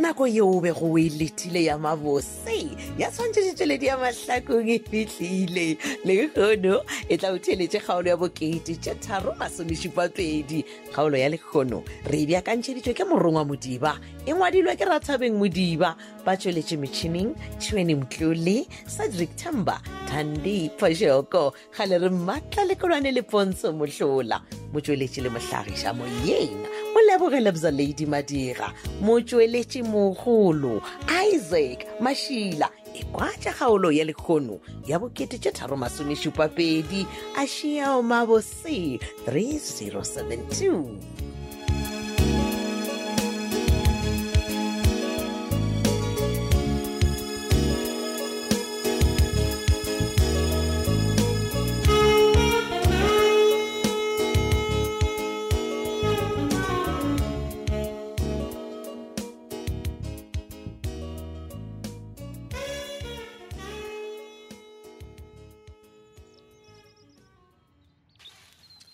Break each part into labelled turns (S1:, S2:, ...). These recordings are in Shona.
S1: nako yeo o bego o e letile ya mabose ya tshwantšhe ditšweledi ya mahlakong e fitlhile le kgono e tla o theletše kgaolo ya bokete tše tharo masomešupapedi kgaolo ya lekgono re e beakantšheditšwe ke morongwa modiba e ngwadilwe ke rathabeng modiba ba tsweletše metšhining tšhweni mtlole cedric tamber tandi phashoko gale re maatla lekolwane le pontsho mohlola motsweletše le mohlagiša moyeng o leboge lebza ladi madira motsweletše mogolo isaac mašila e kwa tša kgaolo ya lekgono ya bokete tše tharo masomešupapedi a šiao mabose 3072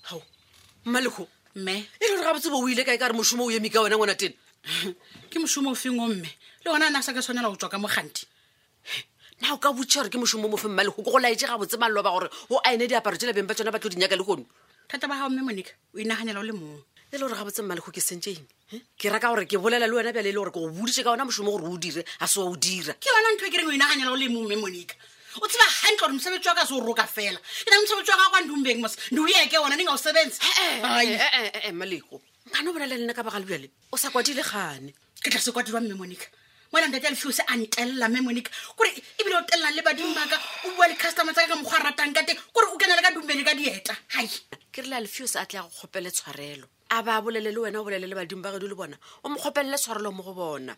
S2: gao mmalego
S3: mme
S2: e le gore ga botsebo o ile kae ka re mošomo o eme ka wena ngwana tene
S3: ke mošomo o fengo mme le gona a na sa ke tshwanela go tswa ka moganti
S2: na o ka botšha gore ke mošomo mofe mmalego ko go laetse ga botse mallo ba gore o aene diaparo tse labeng ba tsona ba tlo dinyaka le gono
S3: thata ba gao mme monica o inaganela o le mong
S2: e le gore ga botse mmalego ke sentse eng eh? ke raka gore ke bolela le wena bjale e le gore ke go boditše ka ona mošomo gore o dire a se wa o dira
S3: ke yona ntho e ke reng o inaganela o le mong mme monica o tseba gantle gore mosebetsi wa ka se o roka fela ke na mosebetsi wa ka kwa ndumbeng mos ndi o yeke ona ne nga o sebentse
S2: Eh,
S3: Ai,
S2: ee mmalego kane eh, o bolela lena ka baga le bjale o sa kwadile kgane
S3: ke tla se kwadiwa mme monica moela ntate a lefio se a ntelela mme monica kore ebile o telelang le badimo baka o bua le customer tsa ka ka mokgwa a ratang ka teng kore o kenele ka dumbele ka dieta hai
S2: ke re le alfios a tle a go kgopele tshwarelo a ba a bolele le wena o bolele le badimo ba gedu le bona o mo kgopelele tshwarelo mo go bona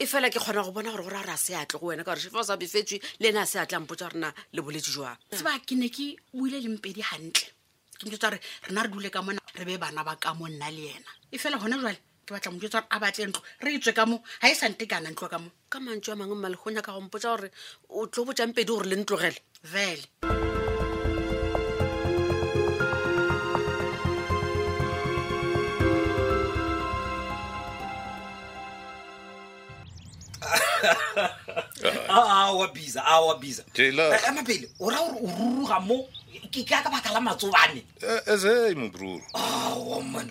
S2: e fela ke kgona go bona gore gore a re a se atle go wena ka gore shefa o sa befetswe le ene a se atlang potsa gorena le boletse jwang
S3: tseba ke ne ke buile lempedi gantle ke motsetsa gore rena re dule ka mona re be bana ba ka mo nna le ena e fela gone jale ke batla motsetsa gore a batle ntlo re etswe ka mo ga e sante kana ntlo ka mo
S2: ka mantse a mangwe mmale go nyaka go mpotsa gore o tlo botjang pedi gore le ntlogele
S3: vele
S4: awa bisa awa bisa
S5: Jailer.
S4: mapele o ra gore o ruruga mo ke ka ka baka la matsobane
S5: ezeyi mobruru
S4: awa man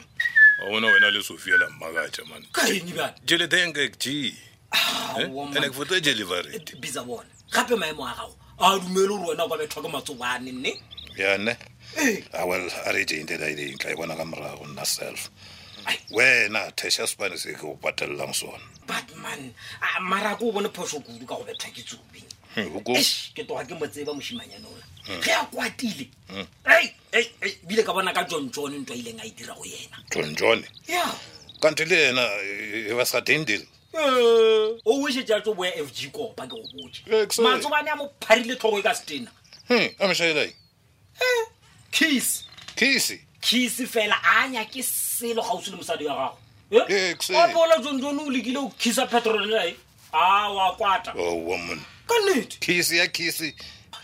S5: E, awona wena le sofia la mmakatša mane
S4: ka eng bane
S5: jele thenke g Eh?
S4: Aowa, man.
S5: ande ke fota jelivaret
S4: bisa bona gape maemo a gago a dumele gore wena o ka bethwa ke matsobane nne
S5: yane Ah,
S4: Ee.
S5: awel a re teng teta e leng tla e bona ka morago nna self
S4: Ai.
S5: wena thesha sefane se ke o patelelang sona
S4: but man a, mara ko o bone phoso kudu ka go bethwa ke tsobe
S5: Hmm, o ko-
S4: Eish, ke toga ke mo tseba moshimanyane ola ge a kwatile Ei, ei, ei, bile ka bona ka john john ntw a ileng a e dira go yena
S5: john john
S4: ya
S5: kanti le yena e- e ba sa dendile
S4: Eh, o wešetse a tso boya f g kopa ke go
S5: Eh,
S4: botse
S5: ke sa-
S4: matsobane a mo pharile tlhogo e ka setena
S5: a mošaelai
S4: kiss
S5: kise
S4: kiss fela a nya ke selo gausi le mosadi wa gago
S5: Eh, ke se-
S4: apola tsontsone o lekile o kisa petrolelae a wa kwata
S5: owa mone
S4: ka nnete
S5: kise Oh, ya kise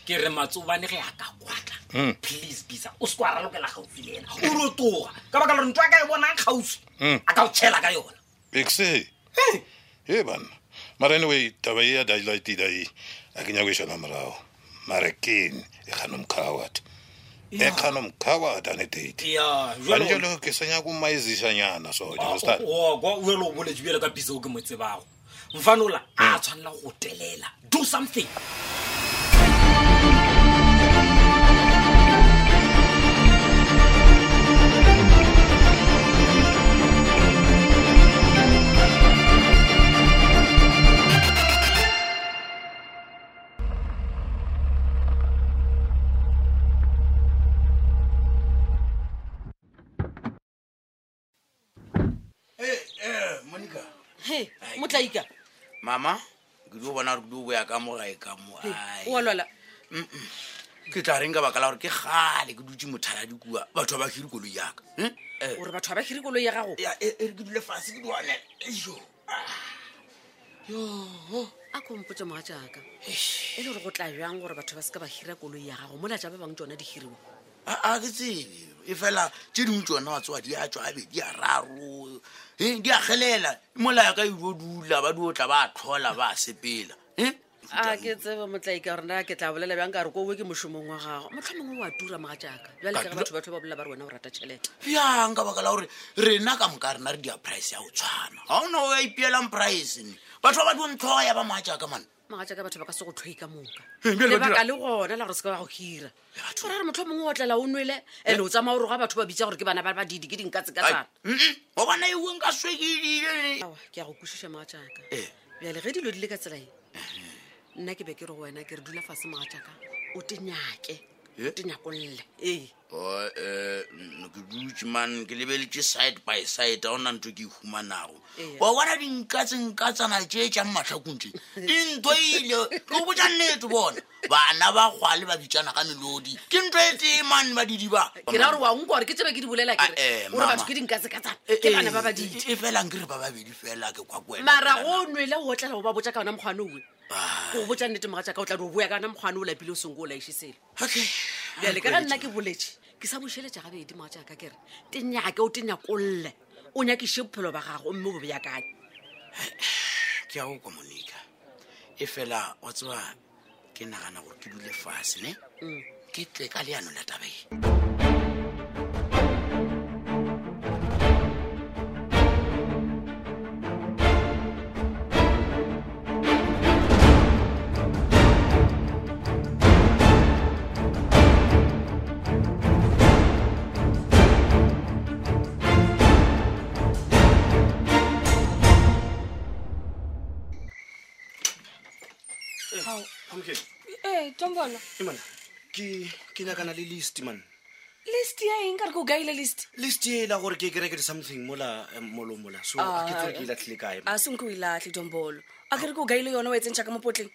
S4: ke re matsobane ge a ka kwata please bisa o sekwa ralokela gausi le ena o rotoga ka baka lore ntho a ka e bonang gausi a ka o tšhela ka yona
S5: ekse e banna mara anyway taba e ya dailaitida e a ke nyako ešana morago mara kene e kganomkhawat e kganomkhawat ane date
S4: ya
S5: banjelo ke sa nyako maizišanyana sone
S4: jalo o boletse bjale ka bisa o ke mo tsebago mfanola a tshwanela go telela do something
S6: monica
S2: he motlaika
S6: mama ke dio bona gore ke dio boya ka mo gae ka mo ai.
S2: oa lwala
S6: ke tla reng ka baka la gore ke gale ke dutse mothaya dikua batho ba ba hiri koloi yaka hm? Eh,
S2: ore batho ga ba kgiri koloi ya gago
S6: ya, e- e re ke dule fase ke dione ejo
S2: a kompotse moga jaaka e le gore go tla jang gore batho ba seka ba hira koloi ya gago mola ja ba bangwe tsona di hiriwa
S6: a ke tsebe e fela tse dingwe tsona wa tsewa di a tswa abe di a raro e di agelela molaya ka ilo dula ba dio tla ba tlhola ba sepela e
S2: a ke tseba motlaika gorena ke tla bolela bjang ka re kowe ke mošomong wa gago motlho mongwe wa tura moga jaaka bjale
S6: Ka
S2: ke ge
S6: tura?
S2: batho batho ba bolela ba re wena o rata tšhelete
S6: bjang ka baka la gore rena ka moka rena re dia price ya go tshwana ga ona o ya ipielang price ne batho ba ba dio ntlhoga ya ba moajaka mane
S2: moga jaaka batho ba ka se go tlhoi ka moka
S6: Eh, bjale
S2: lebaka
S6: ba dira-
S2: le gona la gore se ka ba go hira o ra re motlho mongwe o tlela o nwele and-e o tsamaya o roga batho ba bitsa gore ke bana ba badidi ke dinkatsekasana
S6: o bona eweng ka e swekedile
S2: awa ke ya go kwešiša moga jaaka
S6: Eh.
S2: bjale ge dilo di le ka tselae nna ke be ke re go wena ke re dula fase moga jaaka o tenyake o
S6: Eh?
S2: tenyakolle ee
S6: um ke dutse man ke lebeletse side by side ga ona ntho ke e humanago
S2: Ee.
S6: wa bona dinkatsenkatsana tse tjang matlhakong tse dintho e ile ke o botsa nnetse bona bana ba gale ba bitsana ka melodi ke ntho e temane ba didiba
S2: ke ra gore wa nka gore ke tsebe ke di bolela
S6: Ah,
S2: kere
S6: eh,
S2: ore batho
S6: mama.
S2: ke dinkatsekatsan ke bana ba badidi
S6: e felang ke re ba babedi fela ke kwa kwena
S2: mara go o nwele go tlela go ba botsa ka ona mokgwane oe ko botsa nnete moga jaaka o tla di o boya ka ona mokgwane o lapile o senke o laiše selo
S6: okay
S2: bjale ka ga nna ke boletse ke sa mošheletša gabedi moga jaaka kere tenyake o tenyakolle o nyakiše bophelo ba gago mme o bo beakanye
S6: ke ya go kwa monika e fela wa tsewa ke nagana gore ke dule fase ne ke tle ka leano la tabae
S7: ee tombolo
S8: ke nyakana le list man
S7: list ya eng ka re ke o kaile list
S8: list e la gore ke kereke something mola eh, molong mola so ha ke
S7: Ah,
S8: tsebe ke latlhile kae man.
S7: a senke o ilatlhe tombolo a ke re ke o kaile yone o e tsentšha ka mo potleng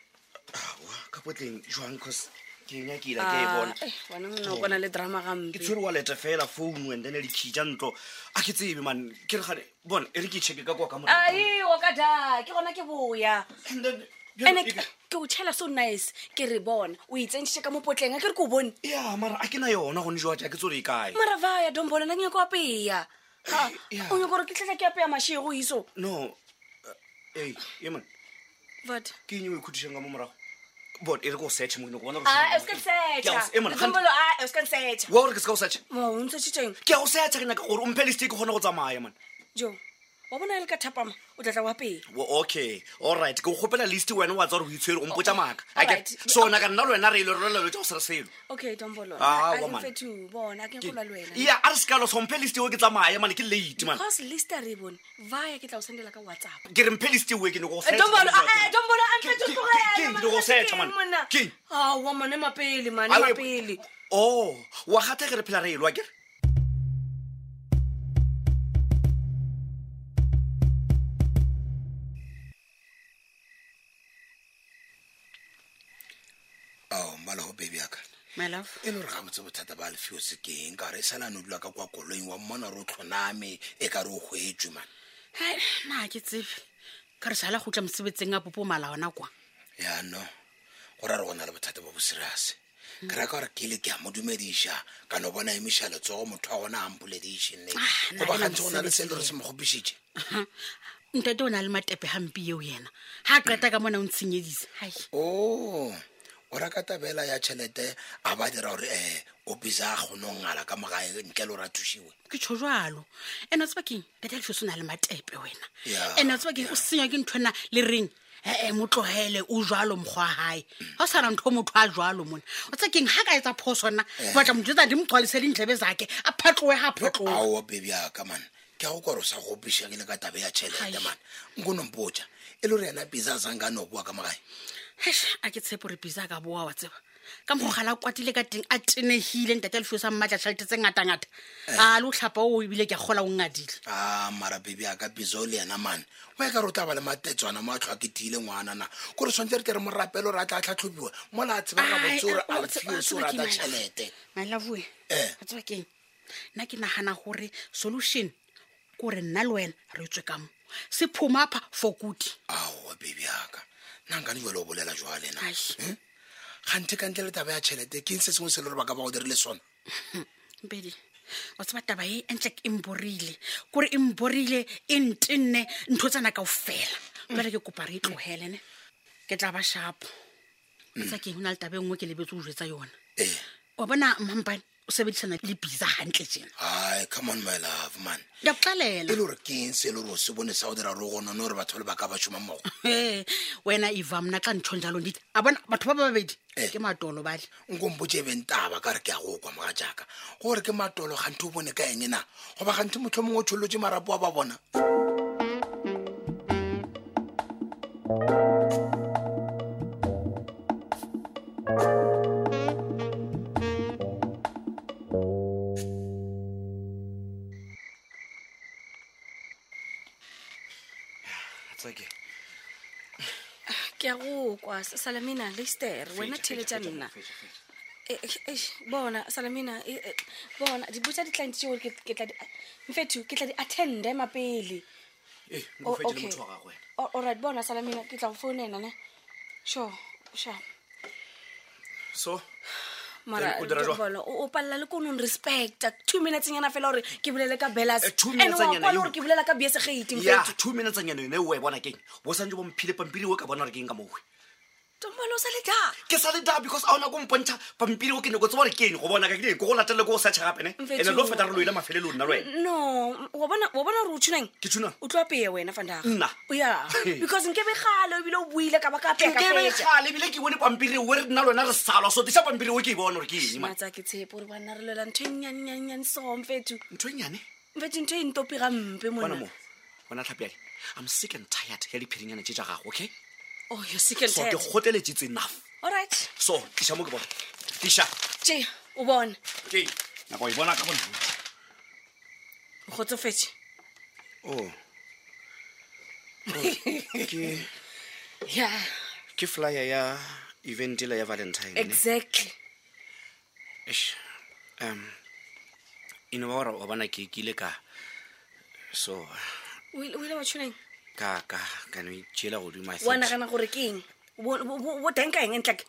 S8: Aowa, ka potleng jwang cause ke nyakila ke e bona
S7: Ah, eh, wena mona o kona le drama
S8: ke
S7: gampe
S8: tshwere wa leta fela phone and then di-key ja ntlo a ke tsebe man ke regane bone e re ke checke ka kwa ka mo
S7: aiwa ka da ke gona ke boya
S8: And then,
S7: ande
S8: bjale e-
S7: ke o tšhela so nice ke re bona o e tsentšhitše ka mo potleng a ke re ke o bone
S8: ya mara a ke na yona gone jwa ja ke tsore e kae
S7: maravaya dombolo na ke nyako apeya Ha,
S8: Yeah.
S7: o nyako gore ke tletla ke apeya mašego iso
S8: no e eman
S7: but
S8: ke enye o ikhutišang ka mo morago bone e re ke o search mo ke nyaka go
S7: a
S8: bona gore
S7: Ah, o se ka
S8: e Ke a o se- Eman,
S7: nsetšhadombolo a ah, o se ka nsetšha
S8: wa gore ke se ka o search
S7: mo o ntshetsitšeng
S8: ke a o search ke nyaka gore o mphe list e ke kgone go tsamaya man
S7: jo wa bona le ka thapama o tlatla o apeya
S8: Wo- okay allright ke go gopela list wena wa tsa gore o itshwere o
S3: Oh,
S8: mpotsa maaka I get-
S7: Alright.
S8: so naka nna le wena
S6: e
S8: re ile roleletse go sere selo
S3: Mm-hmm.
S7: okay tombolo
S8: Ah,
S7: a ke
S8: woman.
S7: fetho bona a ke nkolwa le wena
S8: ya a re sekalo so mphe list eo ke tsamaya mane ke late man
S7: cause list a re bone vaya ke tla o sendela ka whatsapp Eh,
S8: ke re mphe list eo ke nyako go search.
S7: tombolo
S8: Ke- ke- ke- ke- ke- ke nyaka go searcha, man. Ke-
S7: awa mane e mapele mane
S8: Ae,
S7: mapele
S8: oh wa gata ge re phela re
S6: e
S8: elwa kere
S6: ao mmalago bebjaka
S2: mylove
S6: e le gore ga botse bothata ba lefio sekeng ka re salane o dula
S8: Oh,
S6: ka kwa koloing wa mmona gore o tlhoname e ka re o goetswe mane
S3: hai na ke tsebe ka re sala go tla mosebetseng a popo mala ona kwa
S6: yaano go ra re go na le bothata ba boserase ke raka gore ke ile ke a mo dumediša ka no bona emiša letsogo motho a gona a mpoledišene
S3: Ah, na e
S6: goba
S3: le
S6: gantse go na le selo re
S3: mosebetsing.
S6: se mo gopišitše
S3: ntate o na le matepe gampe eo yena ga a qeta ka mona o ntshenyedisa hai
S6: o o raka tabela ya tšhelete a ba dira gore um o bisa a kgone go ngala ka mogae ntle le gore a thušiwe
S3: ke tsho jalo ene o tseba keng tata leso se o na le matepe wena
S6: Yeah,
S3: ene o tseba keng o senywa ke nthwena le reng ee motlogele o jalo mokgwa wa gae ga o sana ntho e motho a jalo mone o tsa keng ga ka etsa phosona o batla motsetsa di motswalise dintlebe zake a phatloe ga phatloe
S6: ao bebjaka man ke go kwaro sa gopišagile ka taba ya tšhelete man nko nompotša e le gore yena bisa a sanka a no boa ka mogae
S3: a ke tshepo re bisa ka boa wa tseba ka mogala a kwatile ka teng a tenegile ntata lefio sa mmatla tšhalete tse ngata-ngata a le o tlhapa o ebile ke a gola o ngadile
S6: a mara bebe aka piso le yena mane o e ka re o tla ba le matetswana mo a tlho a ketile ngwana na kore tshwanetse re ke re morapele ore a tla tlhatlhobiwa mola a tsebaka
S3: Ai,
S6: botse ore
S3: o
S6: a
S3: tseba- o
S6: fiose
S3: tseba
S6: ore a
S3: ke
S6: tla
S3: eng, my love?
S6: tšhelete
S3: my loveoe
S6: Eh.
S3: a tseba keng nna ke nagana gore solution ke gore nna le wena re tswe ka mo se phomapha for good
S6: ao bebe aka nna nkane jale o bolela jwa lena
S3: Ai.
S6: gante ka ntle le taba ya tšhelete ke eng se sengwe se le gore ba ka ba go dirile sone
S3: mpedi wa tseba taba e entlek e mborile kore e mborile e ntenne ntho tsana kao fela jale ke kopa re e tlogelene ke tla ba shapo tsa keng go na le taba e nngwe ke lebetse o jetsa yona
S8: Eh.
S6: ee
S3: wa bona mampane o sebedisana le bisa gantle jena
S6: ai come on my love man
S3: ke a
S6: e
S3: koxalela
S6: le gore ke eng se e le gore o se bone sa o dira ro gonone gore batho ba le ba ka ba šoma mmogo
S3: He, wena eva mna xa nditshon jalo ndithi a bona batho ba ba babedi
S6: Eh.
S3: ke matolo bale
S8: e
S6: nkompotse beng taba ka re ke ya go kwa moga jaaka gore ke matolo kganthe o bone ka eng na goba kganthe motlho mongwe o tsholotse marapo wa ba bona
S8: tsake
S7: ke a go kwa S- salamina leister wena theletša nna Eh, eh, eh, bona salamina eh, eh, bona dibotsa di tlang tseo e ke ke tla di mfetho ke tla di attende mapele O- okay. O- alright bona salamina ke tla go founena ne sure sure
S8: so
S7: mara
S8: Then o dira jwang?
S7: bona o o palela le konong respecta two minutesenyana fela gore ke bolele ka belas
S8: Eh, two
S7: and wa
S8: minutesnyana
S7: kwa le
S8: you-
S7: gore ke bolela ka biesegate
S8: ya
S7: mfetho
S8: two minutes anyana yone o e bona keng bo santse bo mphile pampiri o ka bona gore ke eng ka mowe
S7: tombole o sa le daa
S8: ke sa le da because a ona ko mpontšha pampiri o ke ne ko tseba gore ke eng go bona ka ke eng, ke go latelele ko o search gapene ande lo feta re lo ile mafelelo nna le wena
S7: no wa bona wa bona gore o thunang
S8: Ke tshwenang?
S7: o tlo apeye wena fandaga
S8: Nna?
S7: ya
S8: Hey.
S7: because nke begale ebile o buile ka baka apekafetsa
S8: nkebekgale ebile ke bone pampiri o re nna le wena re salwa so disa pampiri o ke e bona gore ke eng man
S7: matsa ke tshepo gore banna re lwela ntho e nnyannyannyan so mfetho
S8: ntho enyane
S7: mfetho ntho e ntopi ga mpe monna
S8: bona mo bona tlhapeale i'm sick and tired ya diphirinyana tse ja gago okay
S7: oh you're sick and
S8: so ke
S7: tired
S8: goteletsetse enough
S7: all right
S8: so tlisa mo ke bona tlisa
S7: tse o bona
S8: okay nako e bona ka bone
S7: o kgotsofetse
S8: Oh.
S7: ya
S8: ke flyer ya event ele ya valentine ne?
S7: exactly
S8: Eish, um eno ba gore wa bona ke kile ka so
S7: o ile o ile wa tshwenang
S8: ka ka ka no ijela godimo I
S7: wa
S8: thought-
S7: nagana gore ke eng Bo- bo- bo- bo teng ka eng ntlake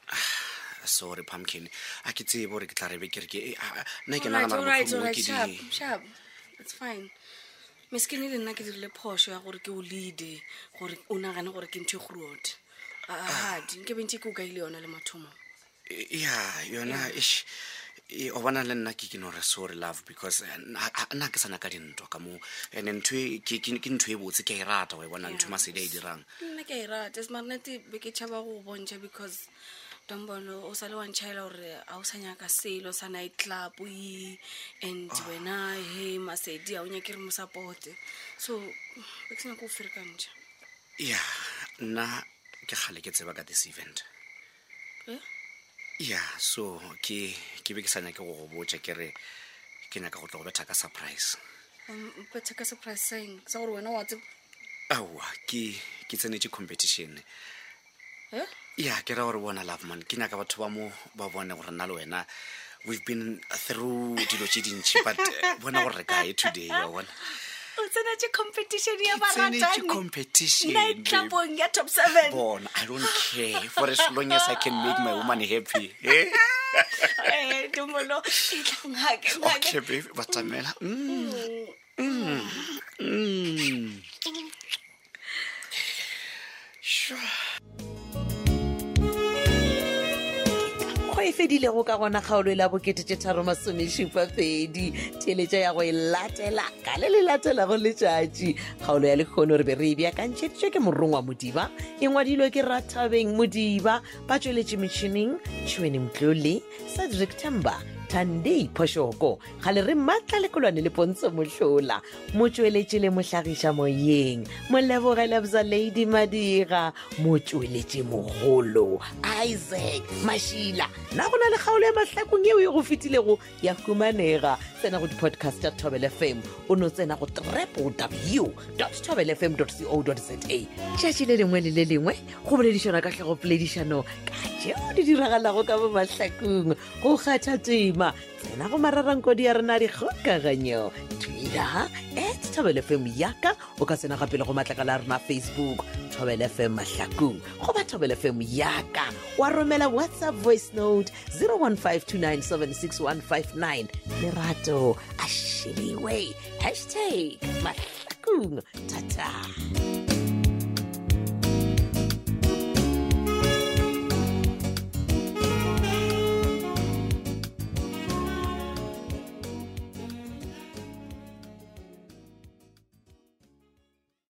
S8: sorry pumpkin a ke tsebe gore ke tla rebe kere ke eh, ah, nna ke
S7: Alright, alright,
S8: naganaore
S7: alright,
S8: ke
S7: sharp,
S8: di
S7: sharp. It's fine. meskene le nna ke dirile phoso ya gore ke o leade gore o nagane gore ke ntho e gruote agadi nke bentse ke o kaile yona le mathomong
S8: ya yona eish, e- o bona le nna ke ke nore sorry love because eh, nna a- a- nna ke sana ka dintwa ka moo and ntho e- ke ke- ke ntho e botse ke a e rata wa e bona ntho e masedi a e dirang
S7: Le nna ke a e rata smarenate be ke tšhaba go bontšha because tombolo o sa le wantšhaela gore ga o sa nyaka selo sa night club e and wena he masedi ga o nyake re mo support-e. so be ke se nyako o ferekantšha
S8: ya nna ke gale ke tseba ka this event
S7: Eh?
S8: ya so ke ke be ke sa nyake go go botsa ke re ke nyaka go tla go betha ka surprise
S7: betha ka surprise sign sa gore wena wa tsebo
S8: aowa ke ke tsenetse competition
S7: Eh?
S8: ya ke ra gore bona loveman ke nyaka batho ba mo ba bone gore nna le wena we've been through dilo tse dintšhi but eh, bona gore re kae today ya bona
S7: o tsenetse competition ya
S8: tsenetse
S7: baratane
S8: competition
S7: night
S8: babe.
S7: clubong ya top seven
S8: bona i don't care for as long as i can make my woman happy eh?
S7: Eh, Dumbolo, e tla ngake, ngake.
S8: okay babe batamela Mm, mm, mm. sure
S1: go e fedilego ka gona kgaolo e la boketete tharomasumesupa pedi theletša ya go e latela ka le le latelago letšatši kgaolo ya lekgono re be re e beakantšheditšwe ke morongwa modiba e ngwadilwe ke rathabeng modiba ba tsweletše metšhineng tšhweni mtlole cedric tember tandei phošoko ga le re maatla lekolwane le pontsho mohlola motsweletše le mohlagiša moyeng molebogelebza ladi madira motsweletše mogolo isaac mašila na go na le kgaolo ya mahlakong eo e go fetilego ya humanega tsena go di-podcast ya tobel fm o no tsena go triple w tobel fm co za tšatši le lengwe le le lengwe go boledišana ka tlhogo poledišano ka tšeo di diragalago ka bo mahlakong go kgatha tema boima tsena go mararankodi ya rena dikgokaganyo twitter at thobel fm yaka o ka tsena gape le go matlakala a rena facebook thobel fm mahlakong goba thobel fm yaka wa romela whatsapp voice note 0152976159 lerato a shebiwe hashtag mahlakong thata